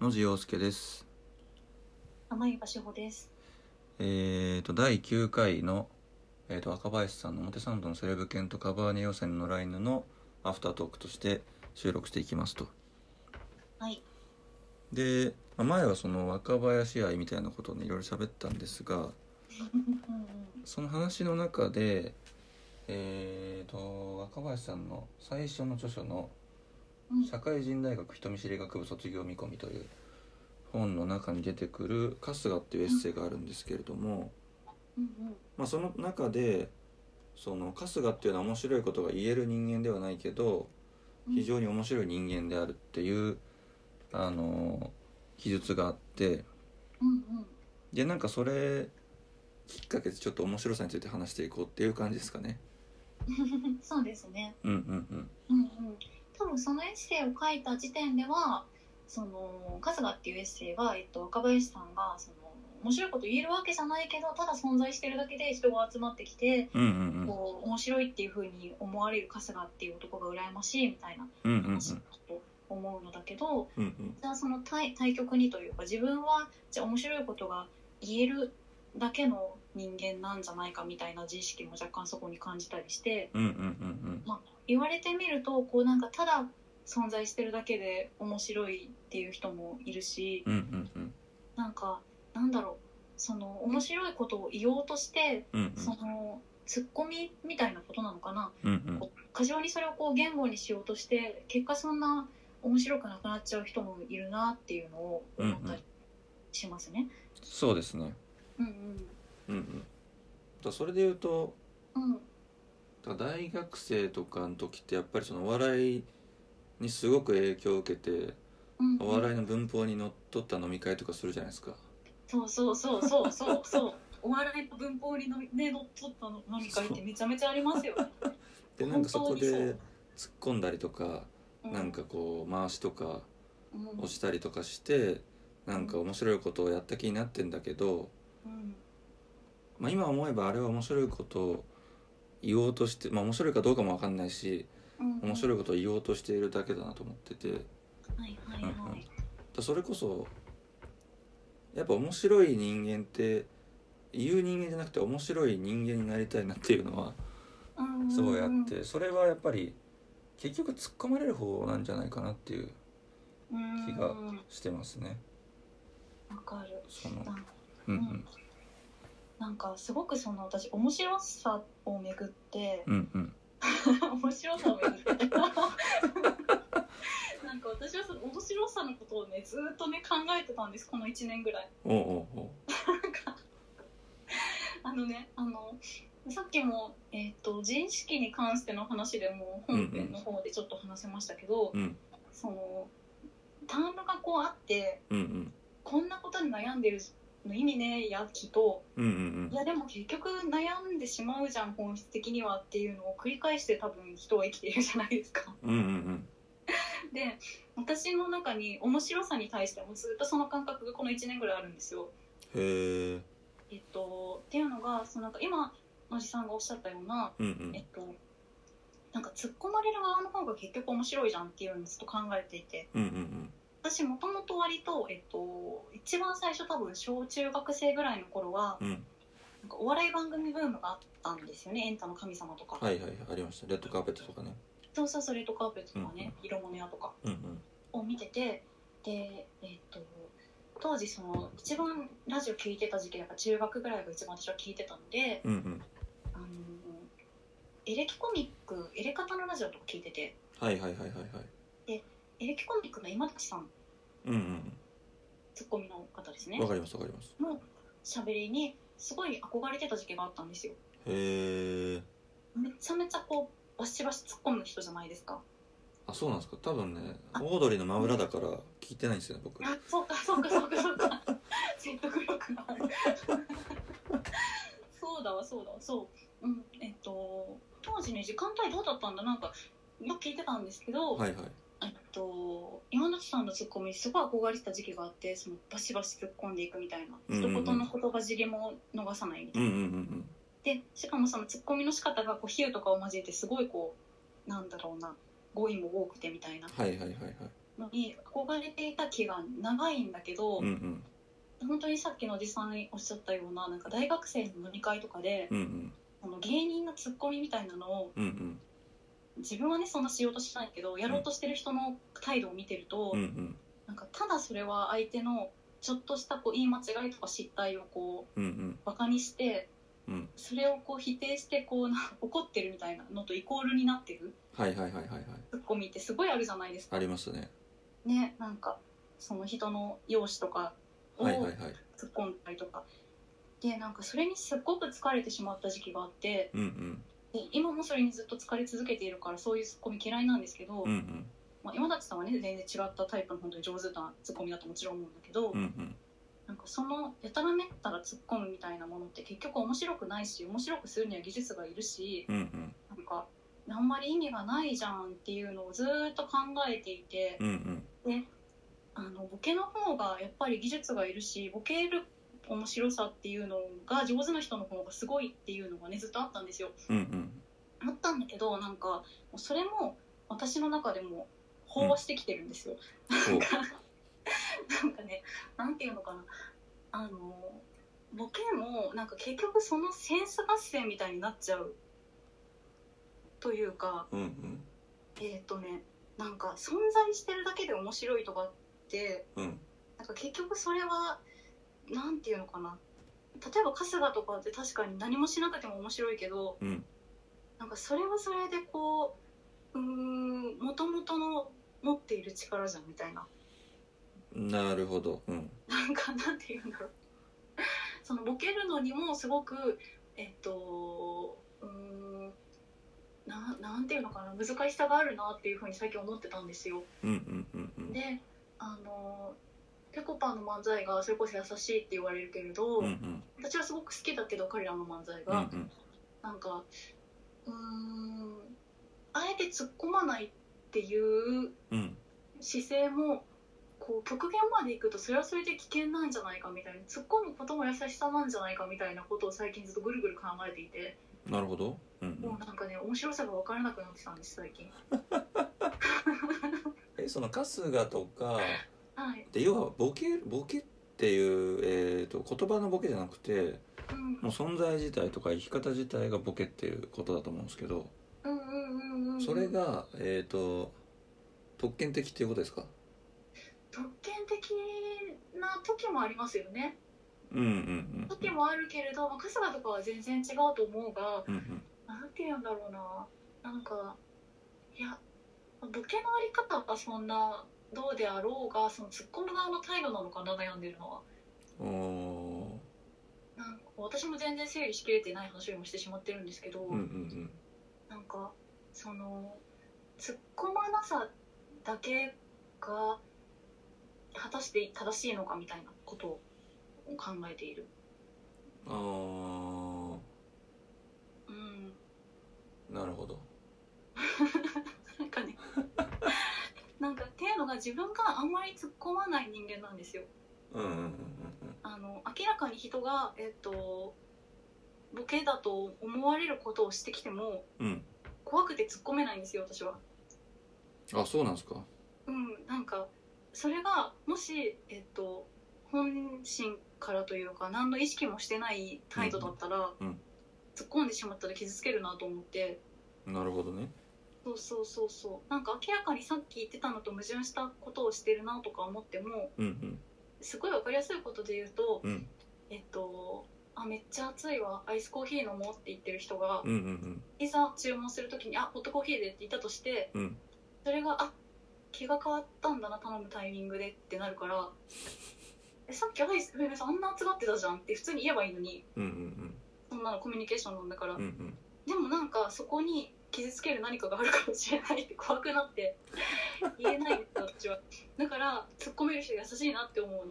野地洋介です。甘い場志保です。えー、と第9回の、えー、と若林さんの表参道のセレブ犬とカバーニ予選のラインのアフタートークとして収録していきますと。はい。でまあ前はその若林愛みたいなことをねいろいろ喋ったんですがうんうんその話の中でえー、と若林さんの最初の著書のうんうん社会人大学人見知り学部卒業見込みという本の中に出てくる春日っていうエッセイがあるんですけれども、うんまあ、その中でその春日っていうのは面白いことが言える人間ではないけどうん非常に面白い人間であるっていうあの記述があってうんうんでなんかそれきっかけでちょっと面白さについて話していこうっていう感じですかね。うん。そうですね。うんうんうんうんうん。多分そのエッセイを書いた時点では、その春日っていうエッセイはえっと若林さんがその面白いこと言えるわけじゃないけど、ただ存在してるだけで人が集まってきて、うんうんうんこう面白いっていう風に思われる春日っていう男が羨ましいみたいなうんうんうん話だと思うのだけど。うんじゃあその対対極にというか自分はじゃあ面白いことが言えるだけの人間なんじゃないかみたいな自意識も若干そこに感じたりしてうんうんうん言われてみるとこうなんかただ存在してるだけで面白いっていう人もいるしうんうんうんうんなんかなんだろうその面白いことを言おうとしてうんそのツッコミみたいなことなのかなうんうん過剰にそれをこう言語にしようとして結果そんな面白くなくなっちゃう人もいるなっていうのを思ったりしますね。そうですね。うんうんうん、だからそれで言うとうんうんだから大学生とかの時ってやっぱりそのお笑いにすごく影響を受けてうんお笑いの文法にのっとった飲み会とかするじゃないですかそうそうそうそうそうそう お笑いと文法にのねのっとったの飲み会ってめちゃめちゃありますよね。でなんかそこで本当に突っ込んだりとか うなんか、こう回しとかうん、押したりとかしてなんか面白いことをやった気になってんだけど、うんまあ、今思えばあれは面白いことを言おうとして、まあ、面白いかどうかも分かんないしうん、面白いことを言おうとしているだけだなと思ってて。はいはいはい。だそれこそやっぱ面白い人間って言う人間じゃなくて面白い人間になりたいなっていうのはうんうんうんすごいあってそれはやっぱり結局突っ込まれる方なんじゃないかなっていううん気がしてますね。わかる。そのなんかうんうんなんかすごくその私面白さをめぐって、うんうん面白さをめぐってなんか私はその面白さのことをねずーっとね考えてたんですこの1年ぐらいおうおうおうあのねあのさっきも、えー、と自意識に関しての話でも本編の方でちょっと話せましたけど、うんそのタームがこうあってうんうんこんなことに悩んでるの意味ねえやきとうんうんいやでも結局悩んでしまうじゃん本質的にはっていうのを繰り返して多分人は生きているじゃないですか。うんうんうんで私の中に面白さに対してもずっとその感覚がこの1年ぐらいあるんですよ。へええっと、っていうのがそのなんか今野地さんがおっしゃったような、うんうえっんと、なんか突っ込まれる側の方が結局面白いじゃんっていうのをずっと考えていてうんうん私もともと割と、えっと、一番最初多分小中学生ぐらいの頃はうんうんなんかお笑い番組ブームがあったんですよね「エンタの神様」とか、はいはいありましたレッドカーペットとかねそうそうそれとカーペットとかね「色物屋」とか。うんうんを見ててで、えっと当時その一番ラジオ聞いてた時期だから中学ぐらいが一番私は聞いてたのでうんうんあのエレキコミックエレカタのラジオとか聞いててはいはいはいはいはいエレキコミックの今立さんうんうんツッコミの方ですうねんわかりますわかりますの喋りにすごい憧れてた時期があったんですよへえめちゃめちゃこうバシバシ突っ込む人じゃないですかあそうなんですか多分ねあオードリーの真裏だから聞いてないんですよね僕あそうかそうかそうかそうか 説得力があるそうだわそうだわそううんえっと当時ね時間帯どうだったんだなんかよく聞いてたんですけど、はいはいえっと今のさんのツッコミすごい憧れてた時期があってそのバシバシ突っ込んでいくみたいなうん一うんう言んの言葉尻も逃さないみたういんな、うんうんでしかもそのツッコミの仕方がこう比喩とかを交えてすごいこうなんだろうな語彙も多くてみたいなうんはいはいはいはいのに憧れていた期が長いんだけど、うんうん本当にさっきのおじさんおっしゃったようななんか大学生の飲み会とかで、うんうんその芸人のツッコミみたいなのをうんうん自分はねそんなしようとしないけどやろうとしてる人の態度を見てると、うんうんなんかただそれは相手のちょっとしたこう言い間違いとか失態をこうんうんうバカにして、うんそれをこう否定してこうな怒ってるみたいなのとイコールになってるはいはいはいはいはいツッコミってすごいあるじゃないですか。ありますねねなんかその人の容姿とかをはいはいは突いっ込んだりとか、でなんかそれにすっごく疲れてしまった時期があってうんうんで今もそれにずっと疲れ続けているからそういうツッコミ嫌いなんですけど、うんうんまあ、山崎さんはね全然違ったタイプの本当に上手なツッコミだともちろん思うんだけど、うんうんなんかそのやたらめったら突っ込むみたいなものって結局面白くないし面白くするには技術がいるしうんうんなんかあんまり意味がないじゃんっていうのをずーっと考えていてうんうんあのボケの方がやっぱり技術がいるしボケる面白さっていうのが上手な人の方がすごいっていうのがねずっとあったんですよ。うんうんあったんだけどなんかもうそれも私の中でも飽和してきてるんですよ。そうなんかね、なんていうのかな、あの、ボケも、なんか結局そのセンス合戦みたいになっちゃう。というか、うんうんえっ、とね、なんか存在してるだけで面白いとかって、うんなんか結局それは、なんていうのかな。例えば春日とかって確かに何もしなくても面白いけど、うんなんかそれはそれでこう、うーん、もともとの持っている力じゃんみたいな。なるほどうんなんかなんていうんだろうそのボケるのにもすごくえっとうーんななんていうのかな難しさがあるなっていうふうに最近思ってたんですよ。うんうんうんうんであのぺこぱの漫才がそれこそ優しいって言われるけれど、うんうん私はすごく好きだけど彼らの漫才うんうが、んなんかうーんあえて突っ込まないっていううん姿勢もこう極限までいくとそれはそれで危険なんじゃないかみたいな突っ込むことも優しさなんじゃないかみたいなことを最近ずっとぐるぐる考えていて、なるほどうんうもんうなんかね面白さが分からなくなってたんです最近えその春日とかはい、で要はボケボケっていう、えー、と言葉のボケじゃなくてうん、もう存在自体とか生き方自体がボケっていうことだと思うんですけどうんうんうんうんそれが、えー、と特権的っていうことですか特権的な時もありますよねうんうん時もあるけれど、まあ、春日とかは全然違うと思うがうんうんなんて言うんだろうななんかいやボケのあり方がそんなどうであろうがそのツッコむ側の態度なのかな悩んでるのはうんおなんか私も全然整理しきれてない話を今してしまってるんですけど、ーうんうんなんかその突っ込まなさだけが果たして正しいのかみたいなことを考えている。うんあうん、あなるほどなんか ねなんかっていうのが自分があんまり突っ込まない人間なんですよ。うんうんうんあの明らかに人が、えっとボケだと思われることをしてきてもうんうん怖くて突っ込めないんですよ私は。うんあそうなんですかうん、なんかそれがもし、えっと本心からというか何の意識もしてない態度だったら、うんうん突っ込んでしまったら傷つけるなと思ってなるほどねそうそうそうそうなんか明らかにさっき言ってたのと矛盾したことをしてるなとか思ってもうんすごい分かりやすいことで言うと、うんうんえっと「あめっちゃ暑いわアイスコーヒー飲もう」って言ってる人が、うんうんいざ注文するときに「あホットコーヒーで」って言ったとしてうんうんそれが「あ気が変わったんだな頼むタイミングで」ってなるから「えさっきアイスふみさんあんな暑がってたじゃん」って普通に言えばいいのにうんうんそんなのコミュニケーションなんだから、うんうんでもなんかそこに傷つける何かがあるかもしれないって怖くなって 言えないんですよ私はだから突っ込める人優しいなって思う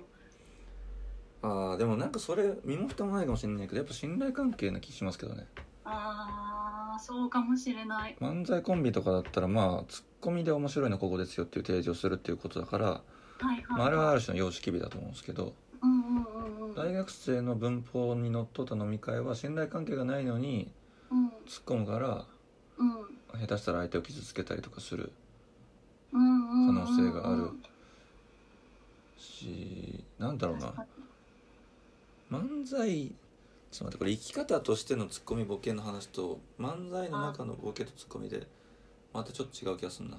のああでもなんかそれ身も蓋もないかもしれないけどやっぱ信頼関係な気しますけどねあーそうかもしれない漫才コンビとかだったらまあツッコミで面白いのここですよっていう提示をするっていうことだから、はいはい、まあ、あれはある種の様式美だと思うんですけどうんうんうんうん大学生の文法にのっとった飲み会は信頼関係がないのにうん突っ込むからうん下手したら相手を傷つけたりとかするうんうん可能性があるしなんだろうな漫才ちょっと待ってこれ生き方としてのツッコミボケの話と漫才の中のボケとツッコミでまたちょっと違う気がするな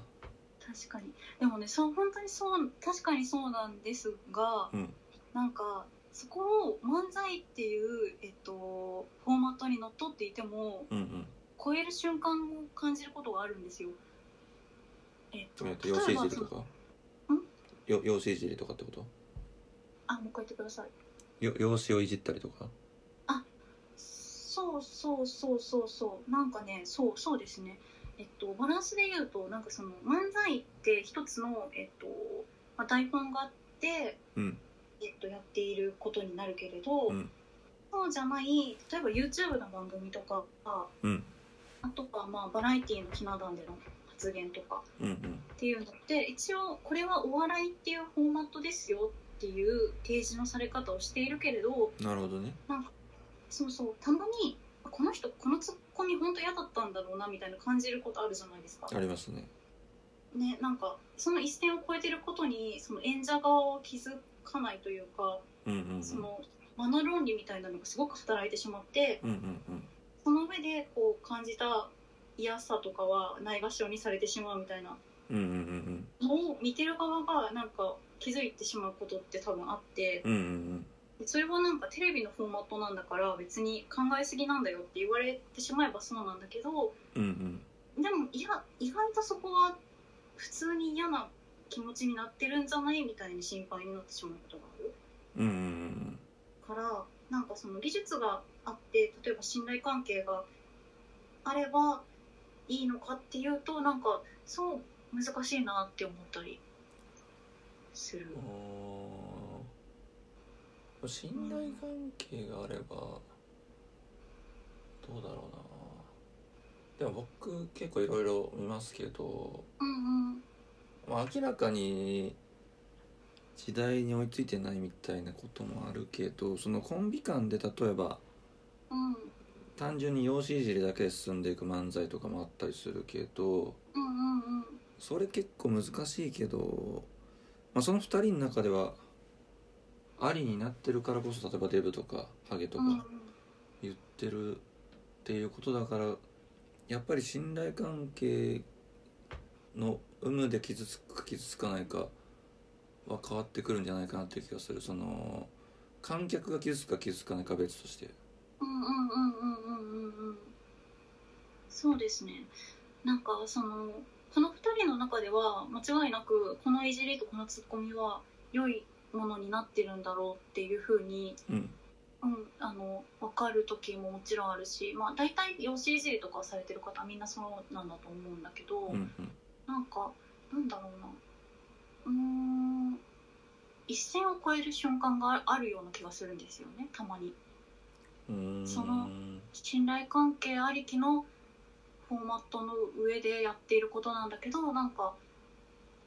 確かにでもねそう本当にそう確かにそうなんですがうんなんかそこを漫才っていう、えっと、フォーマットにのっとっていてもうんうん超える瞬間を感じることがあるんですよ。えっとえっと養子例えいじばりそとのかんよ養子いじりとかってことあもう一回言ってください。よ養子をいじったりとかそうそうそうそうそうなんかねそうそうですねえっとバランスで言うとなんかその漫才って一つのえっと、まあ、台本があってうんえっとやっていることになるけれど、うんそうじゃない例えば YouTube の番組とかあうんあとはまあバラエティのひな壇での発言とかうんうんっていうのって一応これはお笑いっていうフォーマットですよっていう提示のされ方をしているけれど、なるほどねそうそうたまにあこの人このツッコミ本当嫌だったんだろうなみたいな感じることあるじゃないですかあ。りますねねなんかその一線を越えてることにその演者側を気づかないというかうんうんうんその間の論理みたいなのがすごく働いてしまってうんうんうんその上でこう感じた嫌さとかはないがしろにされてしまうみたいなうんうんうんのを見てる側がなんか気づいてしまうことって多分あってうんうんうんそれはなんかテレビのフォーマットなんだから別に考えすぎなんだよって言われてしまえばそうなんだけど。うんうんでもいや意外とそこは普通に嫌な気持ちになってるんじゃないみたいに心配になってしまうことがあるうんうんうんからなんかその技術があって例えば信頼関係があればいいのかっていうとなんかそう難しいなって思ったりするあー信頼関係があればどうだろうなでも僕結構いろいろ見ますけど、うんうんまあ、明らかに時代に追いついてないみたいなこともあるけどそのコンビ間で例えばうん単純に養子いじりだけで進んでいく漫才とかもあったりするけどうんうんうんそれ結構難しいけど、まあ、その2人の中ではありになってるからこそ例えばデブとかハゲとうんうんか言ってるっていうことだからやっぱり信頼関係の有無で傷つくか傷つかないかは変わってくるんじゃないかなっていう気がするその観客が傷つくか傷つかないかは別としてうんうんうんうんうんうんうんそうですねなんかそのこの2人の中では間違いなくこのいじりとこのツッコミは良いものになってるんだろうっていうふうに、うんうん、あの分かる時ももちろんあるし、まあ、大体養子いじりとかされてる方はみんなそうなんだと思うんだけど、うんなんかなんだろうなうーん一線を越える瞬間があるような気がするんですよねたまに。うんうーんその信頼関係ありきのフォーマットの上でやっていることなんだけどなんか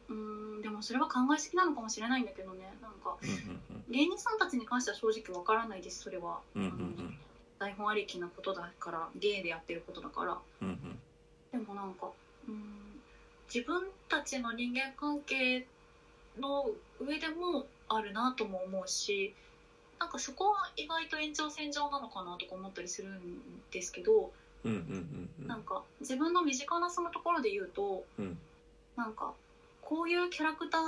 うーんでもそれは考えすぎなのかもしれないんだけどねなんかうんうん芸人さんたちに関しては正直わからないですそれは、うんうんあの台本ありきなことだから芸でやってることだからうんうんうんでもなんかうーん自分たちの人間関係の上でもあるなとも思うしなんかそこは意外と延長線上なのかなとか思ったりするんですけど、うんうんうんなんか自分の身近なそのところで言うとうんなんかこういうキャラクター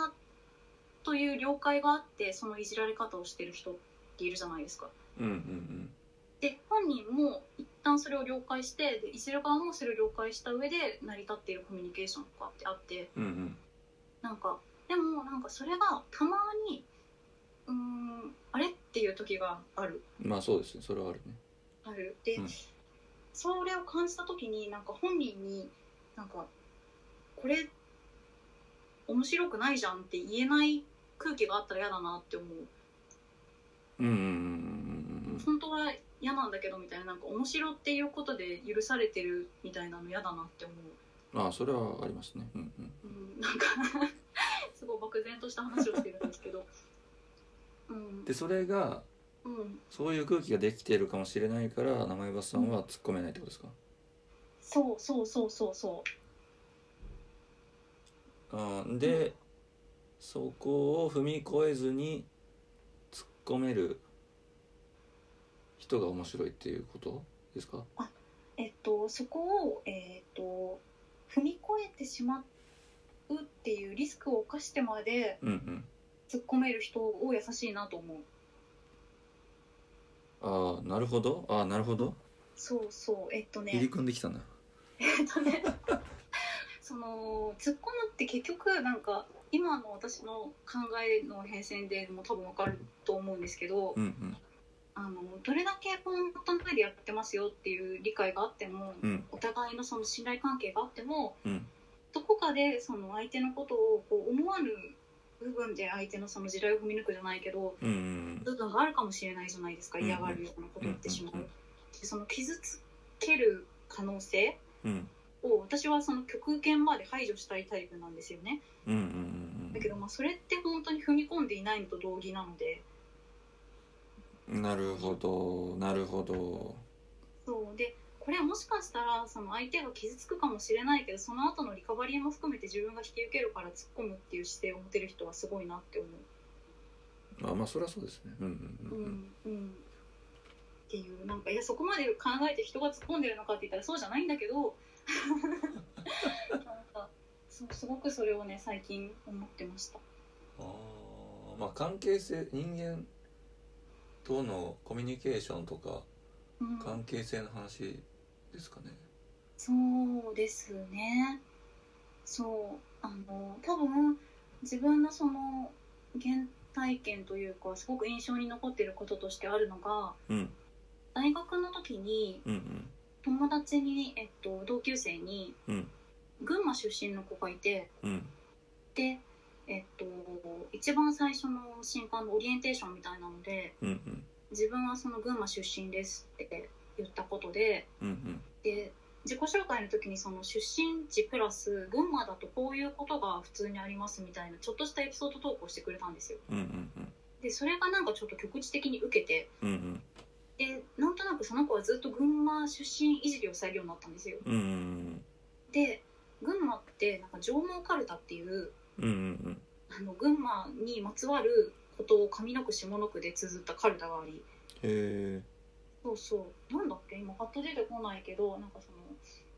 という了解があってそのいじられ方をしてる人っているじゃないですか。うんうんで本人も一旦それを了解してでいじる側もそれを了解した上で成り立っているコミュニケーションとかってあってうんうんなんかでもなんかそれがたまにうーんあれっていう時があるまあそうですねそれはあるねあるで、うんそれを感じた時になんか本人になんかこれ面白くないじゃんって言えない空気があったら嫌だなって思ううんうんうんうん本当は嫌なんだけどみたいななんか面白っていうことで許されてるみたいなの嫌だなって思う、うんああそれはありますねうんうんうん、なんか すごい漠然とした話をしてるんですけどうんでそれがうんそういう空気ができているかもしれないから名前バスさんは突っ込めないってことですかそうそうそうそうそううん、でそこを踏み越えずに突っ込める人が面白いっていうことですかえっと、そこを、えっと、踏み越えてしまうっていうリスクを冒してまでうんうん突っ込める人を優しいなと思う。ああなるほどああなるほどそうそう、えっと入りね、組んできたな その突っ込むって結局なんか今の私の考えの変遷でも多分わかると思うんですけど、うんうんあのどれだけこの元の上でやってますよっていう理解があっても、うんお互いのその信頼関係があっても、うんどこかでその相手のことをこう思わぬ部分で相手のその地雷を踏み抜くじゃないけどうんうん部分があるかもしれないじゃないですかうん嫌がるようなことを言ってしまううんうんうんでその傷つける可能性うんを私はその極限まで排除したいタイプなんですよねうんうんうんだけどまあそれって本当に踏み込んでいないのと同義なのでうんなるほどなるほどそうでこれはもしかしたらその相手が傷つくかもしれないけどその後のリカバリーも含めて自分が引き受けるから突っ込むっていう姿勢を持てる人はすごいなって思う。まあまあそりゃそうですねうんうんうんうんうんうんっていうなんかいやそこまで考えて人が突っ込んでるのかって言ったらそうじゃないんだけど なんかそうすごくそれをね最近思ってましたあーまあ関係性人間とのコミュニケーションとかうん関係性の話ですかねそうですねそうあの多分自分のその原体験というかすごく印象に残ってることとしてあるのがうん大学の時にうんうん友達に、えっと、同級生にうん群馬出身の子がいてうんで、えっと、一番最初の新刊のオリエンテーションみたいなのでうんうん自分はその群馬出身ですって言ったことでうんで自己紹介の時にその出身地プラス群馬だとこういうことが普通にありますみたいなちょっとしたエピソード投稿してくれたんですよ。うんうんうんうんでそれがなんかちょっと局地的に受けてうんうんでなんとなくその子はずっと群馬出身いじりをされるようになったんですよ。うんうんで群馬ってなんか上毛かるたっていううんうんあの群馬にまつわることを上の句下の句で綴ったカルタがありへえそうそうなんだっけ今パッと出てこないけどなんかその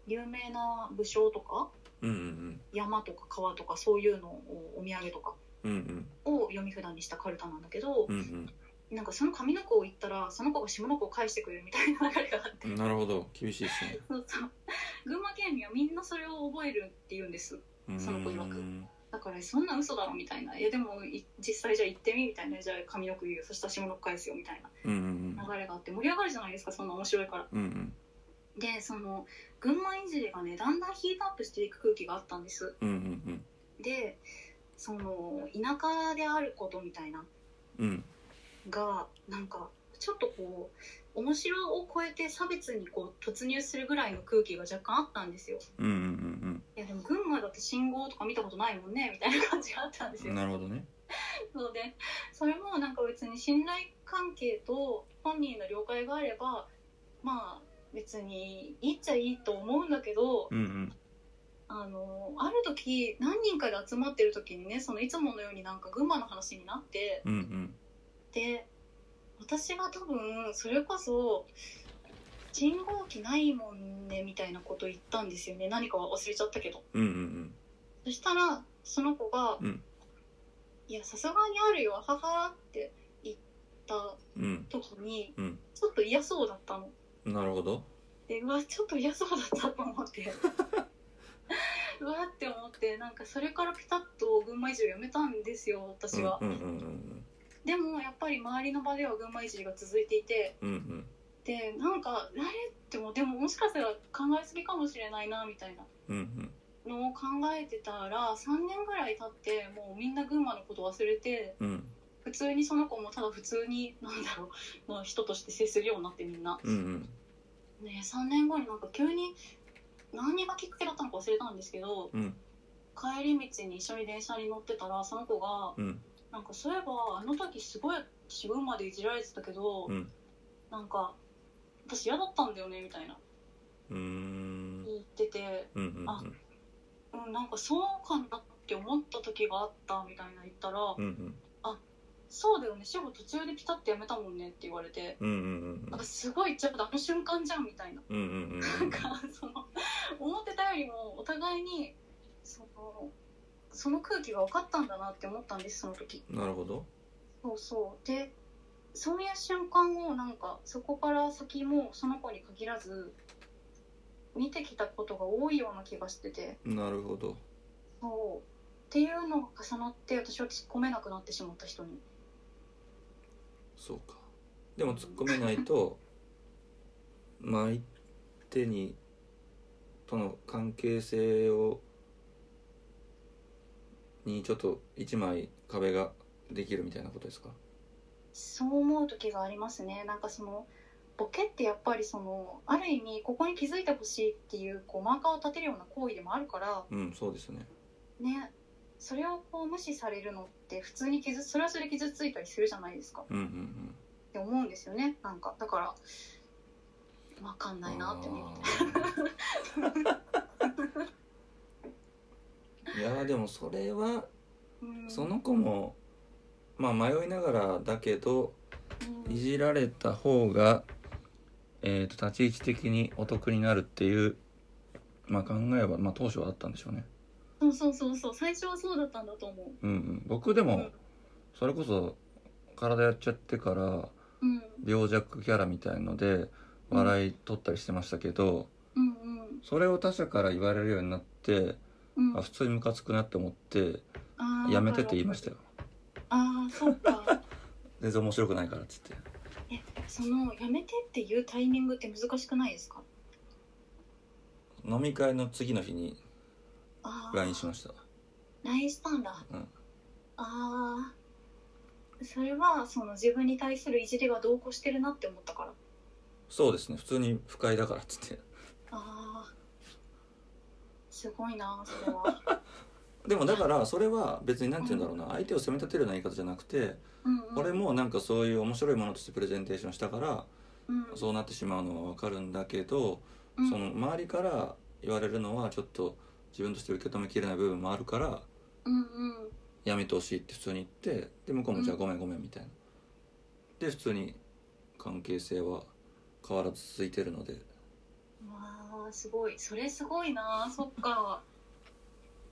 有名な武将とかうんうん山とか川とかそういうのをお土産とかうんうんを読み札にしたカルタなんだけどう、んなんかその上の句を言ったらその子が下の句を返してくれるみたいな流れがあって、うんなるほど厳しいですねそうそう群馬県民はみんなそれを覚えるって言うんですうーんその子曰くだからそんな嘘だろみたいないやでもい実際じゃあ行ってみみたいなじゃあ上の句言うよそしたら下の句返すよみたいなうんうん流れがあって盛り上がるじゃないですかそんな面白いからうんうんでその群馬いじりがねだんだんヒートアップしていく空気があったんですうんうんでその田舎であることみたいなうんうんがなんかちょっとこう面白を超えて差別にこう突入するぐらいの空気が若干あったんですようんうんうんいやでも群馬だって信号とか見たことないもんねみたいな感じがあったんですう よんなるほどねのでそれもなんか別に信頼関係と本人の了解があればまあ別にいいっちゃいいと思うんだけどうんうんあのある時何人かで集まってる時にねそのいつものようになんか群馬の話になってうんうんで私が多分それこそ信号機ないもんねみたいなこと言ったんですよね何かは忘れちゃったけど。うんうんそしたらその子が「うんいやさすがにあるよあはは」って言ったうんうん時に、うんちょっと嫌そうだったのなるほどでうわちょっと嫌そうだったと思って うわって思ってなんかそれからピタッと群馬いじりをやめたんですよ私は、うんうんうんうんでもやっぱり周りの場では群馬いじりが続いていてうんうんでなんかあれってもでももしかしたら考えすぎかもしれないなみたいなうんうんのを考えてたら3年ぐらい経ってもうみんな群馬のこと忘れてうん普通にその子もただ普通になんだろう の人として接するようになってみんな、うんうんね、3年後になんか急に何がきっかけだったのか忘れたんですけど、うん帰り道に一緒に電車に乗ってたらその子がうんなんかそういえばあの時すごい私群馬でいじられてたけど、うんなんか私嫌だったんだよねみたいなうーん言ってて、うんうんうんうん、なんかそうかなってって思った時があったみたいな言ったらうんうん「そうだよね志保途中でピタッてやめたもんね」って言われてうんうんなんかすごいちょっとあの瞬間じゃんみたいな うんうんうんうんなんかその思ってたよりもお互いにそのその空気が分かったんだなって思ったんですその時。なるほどそうそうでそういう瞬間をなんかそこから先もその子に限らず見てきたことが多いような気がしててなるほどそうっていうのが重なって私は突っ込めなくなってしまった人にそうかでも突っ込めないとまあ相手にとの関係性をにちょっと一枚壁ができるみたいなことですかそう思う時がありますねなんかそのボケってやっぱりそのある意味ここに気づいてほしいっていうこうマーカーを立てるような行為でもあるからうんそうですねねそれをこう無視されるのって普通に傷それはそれで傷ついたりするじゃないですか。うんうんって思うんですよねなんかだからわかんうんないなって思ってあーいやーでもそれはうんその子もまあ迷いながらだけどいじられた方が、えー、と立ち位置的にお得になるっていう、まあ、考えは、まあ、当初はあったんでしょうね。うんそうそうそうそう最初はそうだったんだと思ううんうん、僕でもそれこそ体やっちゃってからうん病弱キャラみたいので笑い取ったりしてましたけどうんうんそれを他者から言われるようになってうんあ普通にムカつくなって思ってあーやめてって言いましたよああそうか全然面白くないからっつってそのやめてっていうタイミングって難しくないですか飲み会の次の日にああ LINE しました LINE したんだ、うんああそれはその自分に対するいじりが同行してるなって思ったからそうですね普通に不快だからっつってああすごいなそ れはでもだからそれは別に何て言うんだろうな相手を責め立てるような言い方じゃなくてうん、うん、俺もなんかそういう面白いものとしてプレゼンテーションしたからうん、そうなってしまうのは分かるんだけどうんその周りから言われるのはちょっと自分として受け止めきれない部分もあるからうんうんやめてほしいって普通に言ってで向こうもじゃあごめんごめんみたいなで普通に関係性は変わらず続いてるのでわあすごいそれすごいなそっか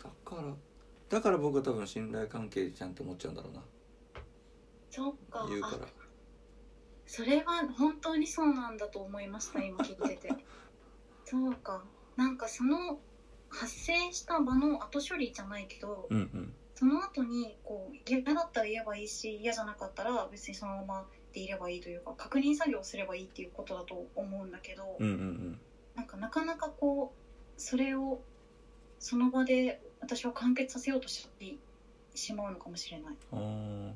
だからだから僕は多分信頼関係じゃんって思っちゃうんだろうなそっか言うかあらそれは本当にそうなんだと思いました今聞い ててそうかなんかその発生した場の後処理じゃないけど、うんうんその後にこう嫌だったら言えばいいし嫌じゃなかったら別にそのままでいればいいというか確認作業をすればいいっていうことだと思うんだけど、うんうんうんなんかなかなかこうそれをその場で私は完結させようとしてしまうのかもしれない。あー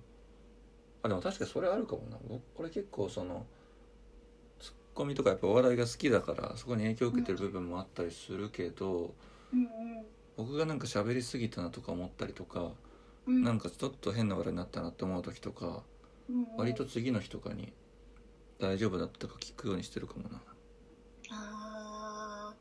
あでも確かにそれあるかもな僕これ結構そのツッコミとかやっぱお笑いが好きだからそこに影響を受けてる部分もあったりするけど、うん僕がなんか喋りすぎたなとか思ったりとか、うん、なんかちょっと変な笑いになったなって思う時とか、うんうん割と次の日とかに「大丈夫だったか聞くようにしてるかもなあ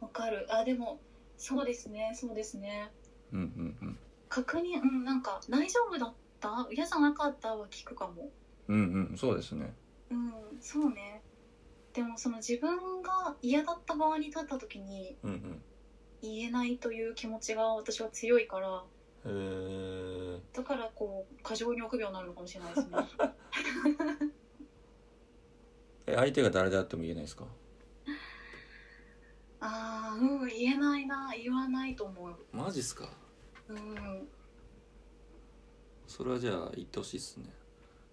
ーわかるあでもそうですねそうですねうんうん確認うんなんか大丈夫だった嫌じゃなかったは聞くかもうんうんうんそうですねうんそうねでもその自分が嫌だった側に立った時にうんうん言えないという気持ちが私は強いからへえだからこう過剰に臆病になるのかもしれないですねえ相手が誰であっても言えないですか ああうん言えないな言わないと思うマジっすかうんそれはじゃあ言ってほしいっすね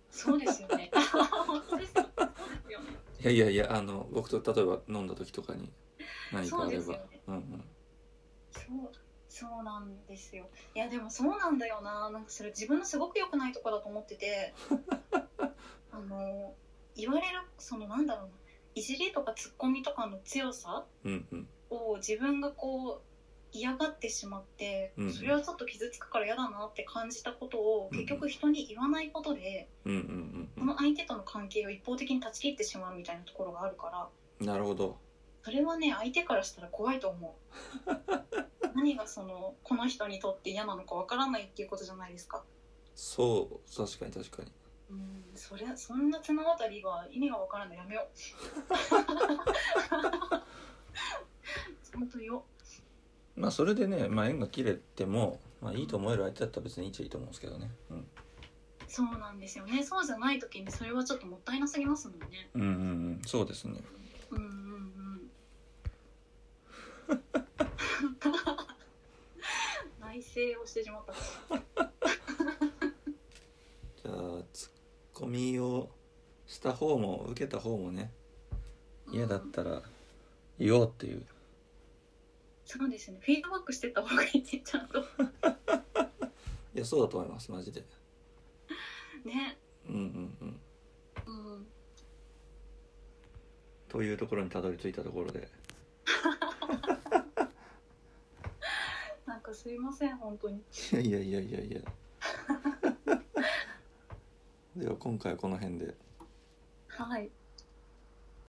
そうですよね 本当ですよそうですよねいやいやいやあの僕と例えば飲んだ時とかに何かそうあれでばすよねうんうんそうそうなんですよいやでもそうなんだよななんかそれ自分のすごく良くないとこだと思っ ててあの言われるそのなんだろうないじりとかツッコミとかの強さうんうんを自分がこう嫌がってしまって、うんそれはちょっと傷つくから嫌だなって感じたことを結局人に言わないことで、うんうんうそんの相手との関係を一方的に断ち切ってしまうみたいなところがあるからうんなるほどそれはね相手からしたら怖いと思う何がそのこの人にとって嫌なのかわからないっていうことじゃないですか。そう確かに確かにうん、そりゃそんな綱渡りは意味がわからないやめよう。本当よ。まあそれでね、まあ、縁が切れても、まあ、いいと思える相手だったら別にいいっちゃいいと思うんですけどね、うん、そうなんですよね。そうじゃない時にそれはちょっともったいなすぎますもんね。うんうんうんそうですねうんうんうん。 内省をしてしまっじた。ゃあツッコミをした方も受けた方もね嫌だったら言おうっていうそうですね。フィードバックしてった方がいいねちゃんと。いやそうだと思いますマジでね。うんうんうんうん。というところにたどり着いたところでなんかすいません、本当に。いやいやいやいやいや では今回はこの辺ではい。